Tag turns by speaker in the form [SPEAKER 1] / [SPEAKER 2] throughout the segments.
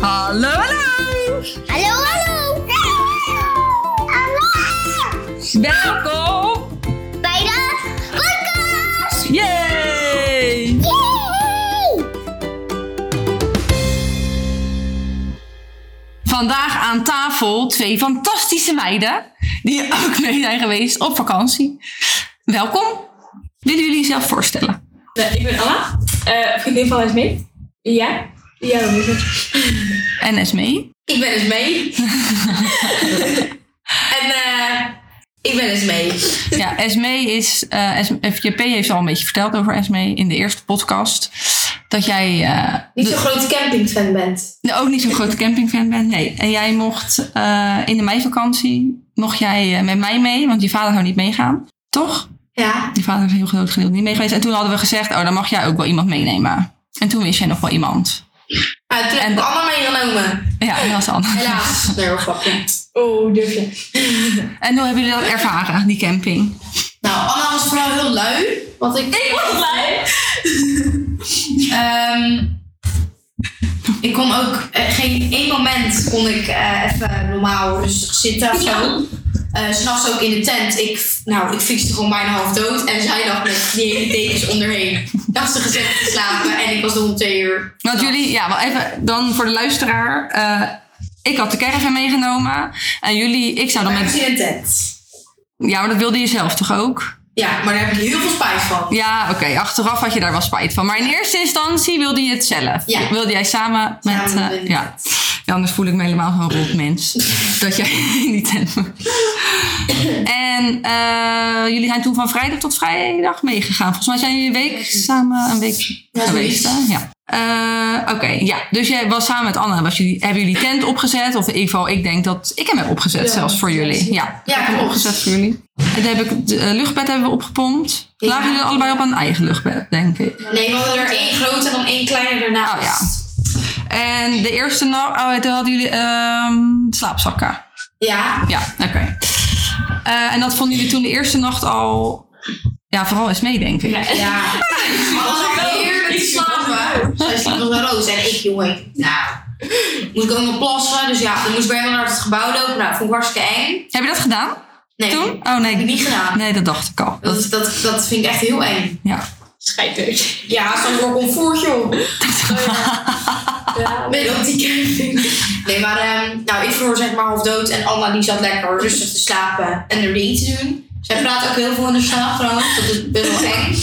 [SPEAKER 1] Hallo, hallo!
[SPEAKER 2] Hallo, hallo! Hallo!
[SPEAKER 1] Welkom!
[SPEAKER 2] Bij de podcast!
[SPEAKER 1] Yay!
[SPEAKER 2] Yay!
[SPEAKER 1] Vandaag aan tafel twee fantastische meiden die ook mee zijn geweest op vakantie. Welkom! Willen jullie jezelf voorstellen?
[SPEAKER 3] Eh, ik ben Anna, Eh vriendin van Esmee. Ja? Ja, dat is het.
[SPEAKER 1] En Esmee?
[SPEAKER 4] Ik ben Esmee. en eh, ik ben Esmee.
[SPEAKER 1] Ja, Esmee is... eh, Es- FJP heeft al een beetje verteld over Esmee in de eerste podcast. Dat jij eh,
[SPEAKER 4] Niet zo'n grote campingfan bent.
[SPEAKER 1] de- ook niet zo'n grote campingfan bent. Nee, en jij mocht eh, in de meivakantie... mocht jij eh, met mij mee, want je vader zou niet meegaan. Toch?
[SPEAKER 4] Ja.
[SPEAKER 1] Die vader is een heel groot gedeelte niet mee geweest. En toen hadden we gezegd, oh, dan mag jij ook wel iemand meenemen. En toen wist jij nog wel iemand.
[SPEAKER 4] Maar Ah, toen heb ik allemaal meegenomen.
[SPEAKER 1] Ja, dat was anders.
[SPEAKER 4] Helaas. Nee hoor, grapje.
[SPEAKER 3] Oh, durf je.
[SPEAKER 1] En hoe hebben jullie dat ervaren, die camping?
[SPEAKER 4] Nou, Anna was vooral heel lui. Want ik... Ik was lui? Ehm, ik kon ook... eh, geen één moment kon ik eh, even normaal rustig zitten of zo. Eh, S'nachts ook in de tent. Ik, nou, ik fietste gewoon bijna half dood. En zij lag met die hele dekens onderheen. Dacht ze gezegd te slapen. En ik was er om twee uur.
[SPEAKER 1] Want jullie, ja, wel even dan voor de luisteraar. eh, ik had de caravan meegenomen. En jullie, ik zou dan
[SPEAKER 4] Maar Nou, ik
[SPEAKER 1] met...
[SPEAKER 4] zit in een tent.
[SPEAKER 1] Ja, maar dat wilde je zelf toch ook?
[SPEAKER 4] Ja, maar daar heb ik heel veel spijt van.
[SPEAKER 1] Ja, oké. achteraf had je daar wel spijt van. Maar in eerste instantie wilde je het zelf.
[SPEAKER 4] Ja.
[SPEAKER 1] Wilde jij samen met...
[SPEAKER 4] Samen
[SPEAKER 1] eh,
[SPEAKER 4] met-
[SPEAKER 1] ja. ja, anders voel ik me helemaal zo'n rot mens. dat jij in die tent moet. En eh, jullie zijn toen van vrijdag tot vrijdag meegegaan. Volgens mij zijn jullie een week samen een week
[SPEAKER 4] Ja,
[SPEAKER 1] geweest.
[SPEAKER 4] zoiets.
[SPEAKER 1] Hè? Ja. Eh, Oké, ja. Dus jij was samen met Anna. Was jullie, hebben jullie tent opgezet? Of in ieder geval, ik denk dat ik hem heb opgezet zelfs voor jullie. Ja,
[SPEAKER 4] Ja,
[SPEAKER 1] ik heb hem
[SPEAKER 4] klopt.
[SPEAKER 1] opgezet voor jullie. En daar heb ik, de eh, luchtbed hebben we opgepompt.
[SPEAKER 4] Ja.
[SPEAKER 1] Lagen jullie allebei op een eigen luchtbed, denk ik.
[SPEAKER 4] Nee, we hadden er één grote en dan één kleine daarnaast.
[SPEAKER 1] Oh ja. En de eerste nacht, oh, toen hadden jullie ehm, slaapzakken.
[SPEAKER 4] Ja,
[SPEAKER 1] Ja, oké. Eh, en dat vonden jullie toen de eerste nacht al, ja, vooral eens mee, denk ik.
[SPEAKER 4] Ja. Maar als
[SPEAKER 1] Oh,
[SPEAKER 4] ik heerlijk slapen. Zij sliep nog naar roos. En ik, jongen, nou. Moest ik ook nog plassen. Dus ja, dan moest ik weer naar het gebouw lopen. Nou, vond ik hartstikke eng.
[SPEAKER 1] Heb je dat gedaan
[SPEAKER 4] Nee,
[SPEAKER 1] toen? Oh
[SPEAKER 4] heb ik
[SPEAKER 1] nee,
[SPEAKER 4] niet gedaan.
[SPEAKER 1] nee, dat dacht ik al.
[SPEAKER 4] Dat,
[SPEAKER 1] Dat,
[SPEAKER 4] is- dat, dat vind ik echt heel eng.
[SPEAKER 1] ja.
[SPEAKER 3] Scheiddeutje.
[SPEAKER 4] Ja, zo'n voor comfort, joh.
[SPEAKER 3] Ja.
[SPEAKER 4] Nee, dat die camping. Nee, maar ehm, nou, ik verloor zeg maar half dood. En Anna die zat lekker rustig te slapen en er dingen te doen. Zij praat ook heel veel in de slaap trouwens. Dat is best wel eng.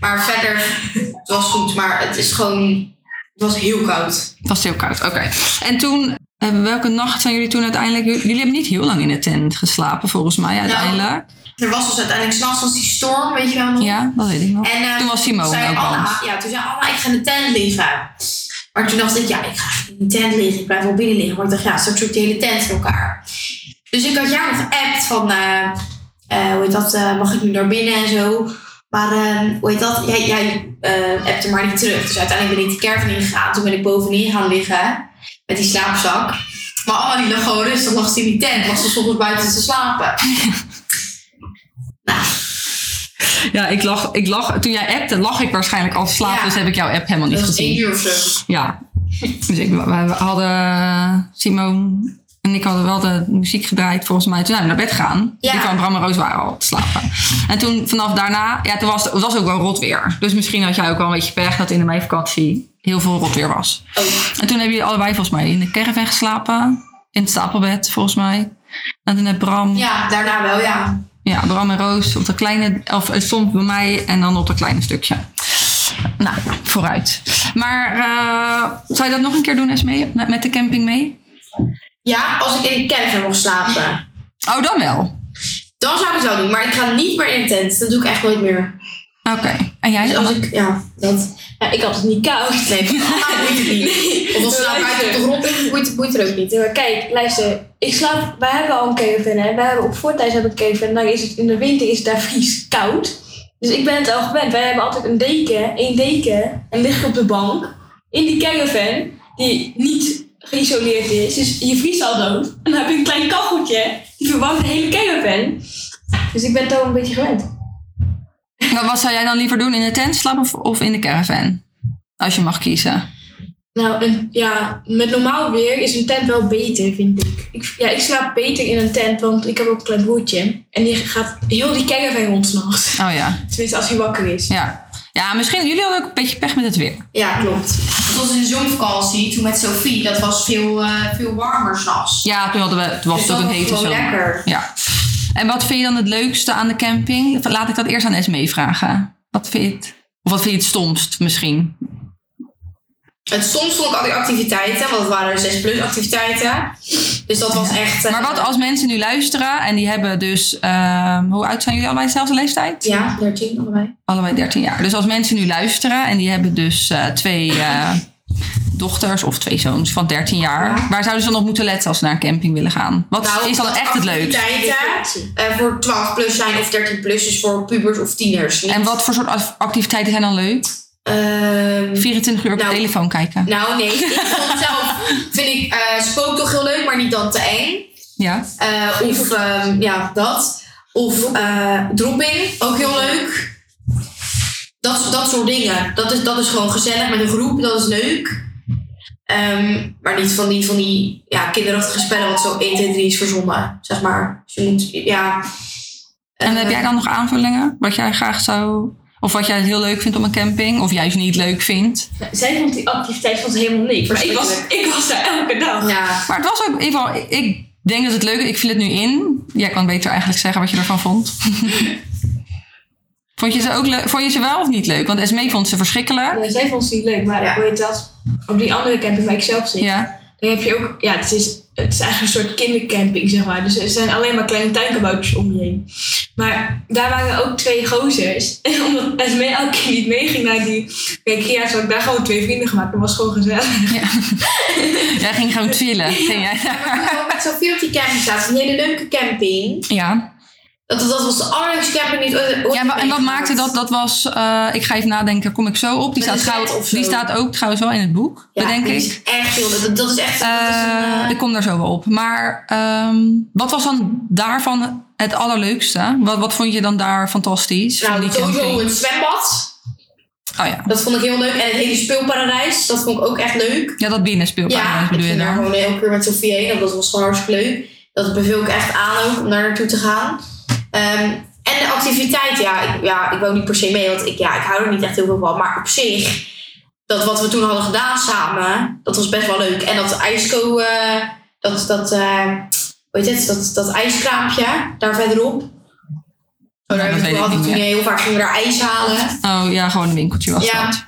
[SPEAKER 4] Maar verder, het was goed. Maar het is gewoon, het was heel koud.
[SPEAKER 1] Het was heel koud, oké. En toen, eh, welke nacht zijn jullie toen uiteindelijk... Jullie hebben niet heel lang in de tent geslapen, volgens mij,
[SPEAKER 4] Nou.
[SPEAKER 1] uiteindelijk.
[SPEAKER 4] Er was dus uiteindelijk s'nachts was die storm, weet je wel. nog?
[SPEAKER 1] Ja, dat weet ik nog.
[SPEAKER 4] En, eh,
[SPEAKER 1] Oh, toen was Simone
[SPEAKER 4] zei
[SPEAKER 1] ook al.
[SPEAKER 4] Anna, Ja, toen zei Anna, ik ga in de tent liggen. Maar toen dacht ik, ja, ik ga in de tent liggen. Ik blijf wel binnen liggen. Maar ik dacht, ja, straks zoekt die hele tent in elkaar. Dus ik had jou nog geappt van, eh, eh, hoe heet dat, eh, mag ik nu naar binnen en zo. Maar eh, hoe heet dat, jij, jij eh, appte maar niet terug. Dus uiteindelijk ben ik de caravan ingegaan. Toen ben ik bovenin gaan liggen met die slaapzak. Maar Anna die lag gewoon rustig, lag ze in die tent. Lag ze soms buiten te slapen. nou,
[SPEAKER 1] Ja, ik lag, ik lag, toen jij appte, lag ik waarschijnlijk al te slapen.
[SPEAKER 4] Ja.
[SPEAKER 1] Dus heb ik jouw app helemaal niet
[SPEAKER 4] dat was één
[SPEAKER 1] gezien.
[SPEAKER 4] uur of zo.
[SPEAKER 1] Ja. Dus ik, we we hadden Simone en ik hadden wel de muziek gedraaid volgens mij. Toen zijn we naar bed gaan.
[SPEAKER 4] Ja.
[SPEAKER 1] Ik en Bram en Roos waren al te slapen. En toen vanaf daarna, ja, toen was het was ook wel rot weer. Dus misschien had jij ook wel een beetje pech dat in de meivakantie heel veel rot weer was.
[SPEAKER 4] Oh.
[SPEAKER 1] En toen hebben jullie allebei volgens mij in de caravan geslapen. In het stapelbed volgens mij. En toen heb Bram, ja.
[SPEAKER 4] Ja, daarna wel, ja.
[SPEAKER 1] Bram en Roos op de kleine, of het stond bij mij en dan op dat kleine stukje. Nou, vooruit. Maar eh, zou je dat nog een keer doen, Esmee? Met, met de camping mee?
[SPEAKER 4] Ja, als ik in de caravan mocht slapen.
[SPEAKER 1] Oh, dan wel.
[SPEAKER 4] Dan zou ik het wel doen, maar ik ga niet meer in de tent. Dat doe ik echt nooit meer.
[SPEAKER 1] Oké. En jij?
[SPEAKER 4] Dus als ik, ja, dat.
[SPEAKER 3] Ja, ik had het niet koud.
[SPEAKER 4] Nee, dat boeit het niet. Of als ze nou buiten op de grond liggen, boeit, boeit er ook niet.
[SPEAKER 3] Nee, maar kijk, luister. Ik slaap, wij hebben al een caravan. Hè. Wij hebben op Voorthuis hebben we een caravan. Dan is het, in de winter is het daar vries koud. Dus ik ben het al gewend. Wij hebben altijd een deken, één deken. En lig ik op de bank. In die caravan, die niet geïsoleerd is. Dus je vriest al dood. En dan heb je een klein kacheltje. Die verwarmt de hele caravan. Dus ik ben het al een beetje gewend.
[SPEAKER 1] nou, Maar wat zou jij dan liever doen? In de tent slapen of, of in de caravan? Als je mag kiezen.
[SPEAKER 3] Nou, een- ja, met normaal weer is een tent wel beter, vind ik. ik. Ja, ik slaap beter in een tent, want ik heb ook een klein broertje. En die gaat heel die caravan rond s'nachts.
[SPEAKER 1] Oh ja,
[SPEAKER 3] Tenminste, als hij wakker is.
[SPEAKER 1] ja. Ja, misschien jullie hadden ook een beetje pech met het weer.
[SPEAKER 4] Ja, klopt. Het was in de zomervakantie, toen met Sophie, dat was veel, eh, veel warmer s'nachts.
[SPEAKER 1] Ja, toen hadden we, het was
[SPEAKER 4] Dus
[SPEAKER 1] het ook
[SPEAKER 4] dat
[SPEAKER 1] een hete
[SPEAKER 4] gewoon
[SPEAKER 1] zomer.
[SPEAKER 4] lekker.
[SPEAKER 1] Ja. En wat vind je dan het leukste aan de camping? Laat ik dat eerst aan Esmee vragen. Wat vind je het? Of wat vind je het stomst misschien?
[SPEAKER 4] Het soms vond ik al die activiteiten, want het waren er 6 plus activiteiten. Dus dat was echt... eh,
[SPEAKER 1] Maar wat als mensen nu luisteren en die hebben dus... ehm, hoe oud zijn jullie allebei dezelfde leeftijd?
[SPEAKER 4] Ja, 13 allebei.
[SPEAKER 1] Allebei 13 jaar. Dus als mensen nu luisteren en die hebben dus eh, twee eh, dochters of twee zoons van 13 jaar.
[SPEAKER 4] Ja.
[SPEAKER 1] Waar zouden ze dan op moeten letten als ze naar een camping willen gaan? Wat
[SPEAKER 4] Nou,
[SPEAKER 1] is dan echt het leukst?
[SPEAKER 4] Activiteiten eh, voor 12 plus zijn of 13 plus, dus voor pubers of tieners. niet?
[SPEAKER 1] En wat voor soort af- activiteiten zijn dan leuk?
[SPEAKER 4] Ehm,
[SPEAKER 1] 24 uur op
[SPEAKER 4] Nou,
[SPEAKER 1] de telefoon kijken.
[SPEAKER 4] nou nee, ik vond zelf, vind ik eh spook toch heel leuk, maar niet dan te eng.
[SPEAKER 1] Ja.
[SPEAKER 4] Eh, of ehm, ja, dat. Of eh, dropping, ook heel leuk. Dat, dat soort dingen. Dat is, dat is gewoon gezellig met een groep, dat is leuk. Ehm, maar niet van die, van die ja, kinderachtige spellen wat zo 1, 2, 3 is verzonnen, zeg maar. Dus je moet, ja...
[SPEAKER 1] En
[SPEAKER 4] eh,
[SPEAKER 1] heb jij dan nog aanvullingen? Wat jij graag zou... Of wat jij heel leuk vindt om een camping? Of juist niet leuk vindt?
[SPEAKER 3] Zij vond die activiteit vond ze helemaal niks. Maar ik was, ik was daar elke dag.
[SPEAKER 4] Eh, Ja,
[SPEAKER 1] Maar het was ook... In ieder geval, ik- ik denk dat het leuk is. Ik viel het nu in. Jij kan beter eigenlijk zeggen wat je ervan vond. vond, je ze ook leuk, vond je ze wel of niet leuk? Want Esmee vond ze verschrikkelijk.
[SPEAKER 3] Ja, zij vond ze niet leuk, maar
[SPEAKER 4] Ja.
[SPEAKER 3] hoe heet dat? Op die andere camping waar ik zelf zit.
[SPEAKER 1] Ja.
[SPEAKER 3] Dan heb je ook, ja, het is, het is eigenlijk een soort kindercamping, zeg maar. Dus er zijn alleen maar kleine tuinkaboutjes om je heen. Maar daar waren ook twee gozers. En omdat Esme elke keer niet meeging naar die recreatie, had ik daar gewoon twee vrienden gemaakt. Dat was gewoon gezellig.
[SPEAKER 1] Jij ging gewoon twillen. Ging jij
[SPEAKER 4] toen
[SPEAKER 1] daar?
[SPEAKER 4] we met Sophie op die camping zaten, een hele leuke camping.
[SPEAKER 1] Ja.
[SPEAKER 4] Dat, dat was de allerleukste camping die ik ooit- ooit
[SPEAKER 1] ja maar, en wat
[SPEAKER 4] meegemaakt.
[SPEAKER 1] maakte dat? Dat was... eh, ik ga even nadenken. Kom ik zo op? Die,
[SPEAKER 4] Met
[SPEAKER 1] staat,
[SPEAKER 4] een zet
[SPEAKER 1] trouw-
[SPEAKER 4] of zo.
[SPEAKER 1] die staat ook trouwens wel in het boek.
[SPEAKER 4] Ja,
[SPEAKER 1] bedenk
[SPEAKER 4] die
[SPEAKER 1] ik.
[SPEAKER 4] is Echt heel leuk. Dat, dat is echt... dat is een,
[SPEAKER 1] Eh,
[SPEAKER 4] eh,
[SPEAKER 1] ik kom daar zo wel op. Maar ehm, wat was dan daarvan het allerleukste? Wat, wat vond je dan daar fantastisch? van
[SPEAKER 4] nou,
[SPEAKER 1] die
[SPEAKER 4] sowieso
[SPEAKER 1] camping?
[SPEAKER 4] het zwembad.
[SPEAKER 1] Oh ja.
[SPEAKER 4] Dat vond ik heel leuk. En het hele speelparadijs, dat vond ik ook echt leuk.
[SPEAKER 1] Ja, dat binnenspeelparadijs
[SPEAKER 4] Ja, ik
[SPEAKER 1] bedoel je
[SPEAKER 4] ging daar
[SPEAKER 1] daar?
[SPEAKER 4] gewoon elke keer met Sofie heen. en Dat was gewoon hartstikke leuk. Dat beveel ik echt aan ook om daar naartoe te gaan. Ehm, en de activiteit, ja ik, ja, ik wou niet per se mee, want ik, ja, ik hou er niet echt heel veel van. Maar op zich, dat wat we toen hadden gedaan samen, dat was best wel leuk. En dat ijsko, eh, dat, dat, eh, hoe heet het, dat, dat ijskraampje daar verderop.
[SPEAKER 1] dat
[SPEAKER 4] daar
[SPEAKER 1] Oh, weet ik
[SPEAKER 4] hadden we
[SPEAKER 1] niet
[SPEAKER 4] toen
[SPEAKER 1] meer.
[SPEAKER 4] heel vaak gingen we daar ijs halen.
[SPEAKER 1] Oh ja, gewoon een winkeltje was
[SPEAKER 4] Ja.
[SPEAKER 1] dat.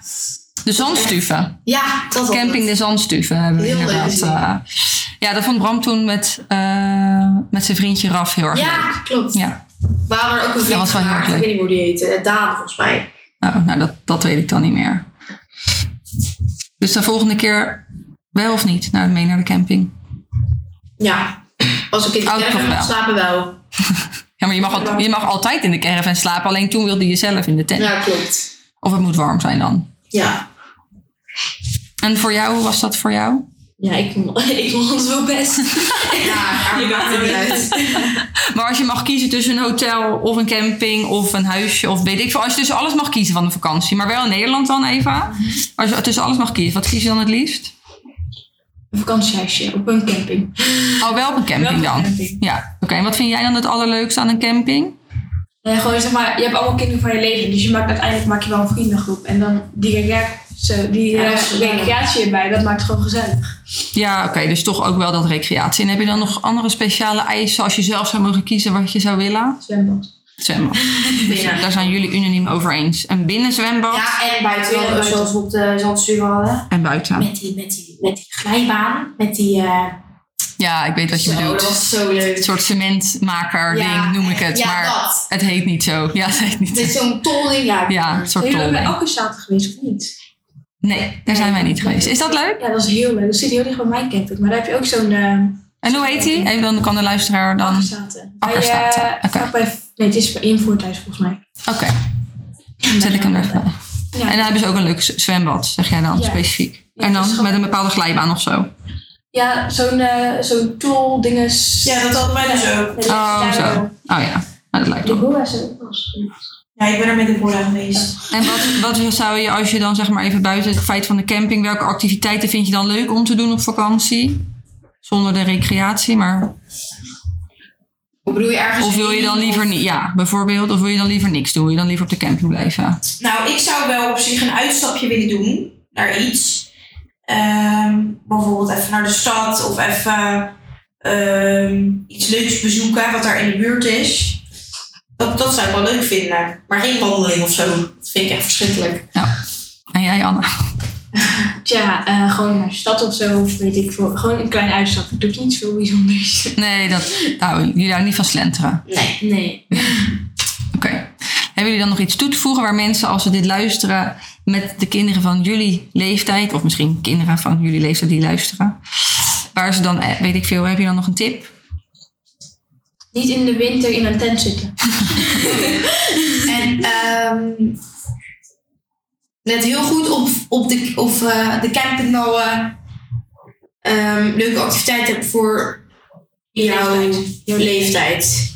[SPEAKER 1] De zandstuven.
[SPEAKER 4] Ja, dat was
[SPEAKER 1] Camping
[SPEAKER 4] het.
[SPEAKER 1] de zandstuven hebben we
[SPEAKER 4] Heel
[SPEAKER 1] inderdaad.
[SPEAKER 4] leuk.
[SPEAKER 1] eh, ja, dat vond Bram toen met, eh, met zijn vriendje Raf heel erg leuk.
[SPEAKER 4] Ja, klopt.
[SPEAKER 1] Ja.
[SPEAKER 4] We hadden er ook een
[SPEAKER 1] Dat
[SPEAKER 4] vriend
[SPEAKER 1] was wel heel
[SPEAKER 4] gemaakt.
[SPEAKER 1] erg
[SPEAKER 4] Ik
[SPEAKER 1] leuk.
[SPEAKER 4] weet niet hoe die heette. Eh, Daan, volgens mij.
[SPEAKER 1] Oh, nou, dat, dat weet ik dan niet meer. Dus de volgende keer wel of niet naar, mee naar de camping?
[SPEAKER 4] Ja. Als ik in de
[SPEAKER 1] Oh, toch
[SPEAKER 4] caravan
[SPEAKER 1] wel.
[SPEAKER 4] mag slapen wel.
[SPEAKER 1] Ja, maar je mag, al- je mag altijd in de caravan slapen. Alleen toen wilde je zelf in de tent.
[SPEAKER 4] Ja, klopt.
[SPEAKER 1] Of het moet warm zijn dan.
[SPEAKER 4] Ja.
[SPEAKER 1] En voor jou, hoe was dat voor jou?
[SPEAKER 3] Ja, ik, ik vond het wel best.
[SPEAKER 4] Ja, maar maakt het niet uit.
[SPEAKER 1] Maar als je mag kiezen tussen een hotel of een camping of een huisje of weet ik veel. Als je tussen alles mag kiezen van de vakantie. Maar wel in Nederland dan, Eva. Als je tussen alles mag kiezen, wat kies je dan het liefst?
[SPEAKER 3] Een vakantiehuisje op een camping.
[SPEAKER 1] Oh, wel op een camping
[SPEAKER 3] Wel op
[SPEAKER 1] dan.
[SPEAKER 3] een camping.
[SPEAKER 1] Ja, oké. En wat vind jij dan het allerleukste aan een camping?
[SPEAKER 3] Ja, Eh, gewoon zeg maar, je hebt allemaal kinderen van je leven, dus je maakt uiteindelijk maak je wel een vriendengroep. En dan die, recreatie, die
[SPEAKER 4] Ja,
[SPEAKER 3] eh,
[SPEAKER 4] dat is gezellig.
[SPEAKER 3] recreatie erbij, dat maakt het gewoon gezellig.
[SPEAKER 1] Ja, oké. dus toch ook wel dat recreatie. En heb je dan nog andere speciale eisen als je zelf zou mogen kiezen wat je zou willen?
[SPEAKER 3] Zwembad.
[SPEAKER 1] Zwemmen.
[SPEAKER 4] Binnen.
[SPEAKER 1] Daar zijn jullie unaniem over eens. Een binnenzwembad
[SPEAKER 4] Ja, en buiten.
[SPEAKER 3] Ja,
[SPEAKER 4] wel,
[SPEAKER 3] buiten.
[SPEAKER 4] Zoals we op de zandstuur hadden.
[SPEAKER 1] en buiten.
[SPEAKER 4] Met die, met, die, met die glijbaan. Met die... eh
[SPEAKER 1] Ja, ik weet wat je
[SPEAKER 4] zo,
[SPEAKER 1] bedoelt.
[SPEAKER 4] dat was zo leuk.
[SPEAKER 1] Een soort cementmaker
[SPEAKER 4] Ja,
[SPEAKER 1] ding noem ik het.
[SPEAKER 4] ja,
[SPEAKER 1] maar
[SPEAKER 4] dat.
[SPEAKER 1] het heet niet zo. Ja, het heet niet
[SPEAKER 4] Met
[SPEAKER 1] zo.
[SPEAKER 4] zo'n tolling. Ja.
[SPEAKER 1] Ja, een soort
[SPEAKER 3] Jullie bij
[SPEAKER 1] tolling.
[SPEAKER 3] Alkenzaten geweest of niet?
[SPEAKER 1] Nee, daar zijn wij niet geweest. Is dat leuk?
[SPEAKER 3] Ja, dat is heel leuk. Dat zit heel dicht bij mijn camping. Maar daar heb je ook zo'n eh
[SPEAKER 1] En hoe heet die? Even dan kan de luisteraar dan... Oké.
[SPEAKER 3] akkerstaten.
[SPEAKER 1] Akkerstaten,
[SPEAKER 3] Bij, eh,
[SPEAKER 1] oké.
[SPEAKER 3] vlak bij- Nee, het is in Voorthuis volgens mij.
[SPEAKER 1] Zet ik hem er even bij.
[SPEAKER 3] Ja.
[SPEAKER 1] En dan hebben ze ook een leuk z- zwembad, zeg jij dan,
[SPEAKER 3] Ja.
[SPEAKER 1] specifiek.
[SPEAKER 3] Ja,
[SPEAKER 1] en
[SPEAKER 3] dat is
[SPEAKER 1] dan
[SPEAKER 3] gewoon-
[SPEAKER 1] met een bepaalde glijbaan of zo.
[SPEAKER 3] Ja, zo'n eh, zo'n tool dinges.
[SPEAKER 4] Ja, dat hadden wij dus ook.
[SPEAKER 1] Oh, zo. Oh ja, Nou, dat lijkt
[SPEAKER 3] De
[SPEAKER 1] wel.
[SPEAKER 3] Goa is er ook wel eens.
[SPEAKER 5] Ja, ik ben er met de boerderij geweest.
[SPEAKER 1] En wat, wat zou je, als je dan zeg maar even buiten het feit van de camping, welke activiteiten vind je dan leuk om te doen op vakantie? Zonder de recreatie, maar.
[SPEAKER 4] Hoe bedoel je ergens?
[SPEAKER 1] Of wil je dan
[SPEAKER 4] heen?
[SPEAKER 1] liever niet, ja, bijvoorbeeld, of wil je dan liever niks doen? Wil je dan liever op de camping blijven?
[SPEAKER 5] Nou, ik zou wel op zich een uitstapje willen doen naar iets. Ehm, bijvoorbeeld even naar de stad of even ehm, iets leuks bezoeken wat daar in de buurt is. Dat, dat zou ik wel leuk vinden. Maar geen wandeling of zo. Dat vind ik echt verschrikkelijk.
[SPEAKER 1] En jij, Anna?
[SPEAKER 3] Tja, eh, gewoon naar de stad of zo, of weet ik veel. Gewoon een klein uitstapje. Doe ik niet veel bijzonders.
[SPEAKER 1] Nee, dat, nou, jullie houden niet van slenteren.
[SPEAKER 4] Nee.
[SPEAKER 3] Nee.
[SPEAKER 1] Oké. Hebben jullie dan nog iets toe te voegen waar mensen, als ze dit luisteren, met de kinderen van jullie leeftijd, of misschien kinderen van jullie leeftijd die luisteren, waar ze dan, eh, weet ik veel, heb je dan nog een tip?
[SPEAKER 3] Niet in de winter in een tent zitten.
[SPEAKER 4] En ehm let heel goed op, op de, of eh, de camping wel eh, ehm, leuke activiteiten hebt voor jouw leeftijd.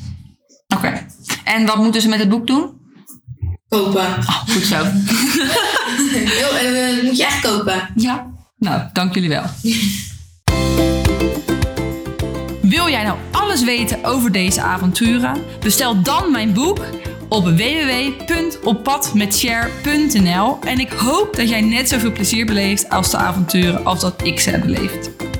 [SPEAKER 1] Oké. En wat moeten ze met het boek doen?
[SPEAKER 4] Kopen.
[SPEAKER 1] Oh, goed zo.
[SPEAKER 4] Heel, eh, moet je echt kopen.
[SPEAKER 1] Ja. Nou, dank jullie wel. Wil jij nou alles weten over deze avonturen? Bestel dan mijn boek op www.oppadmetshare.nl en ik hoop dat jij net zoveel plezier beleeft als de avonturen als dat ik ze heb beleefd.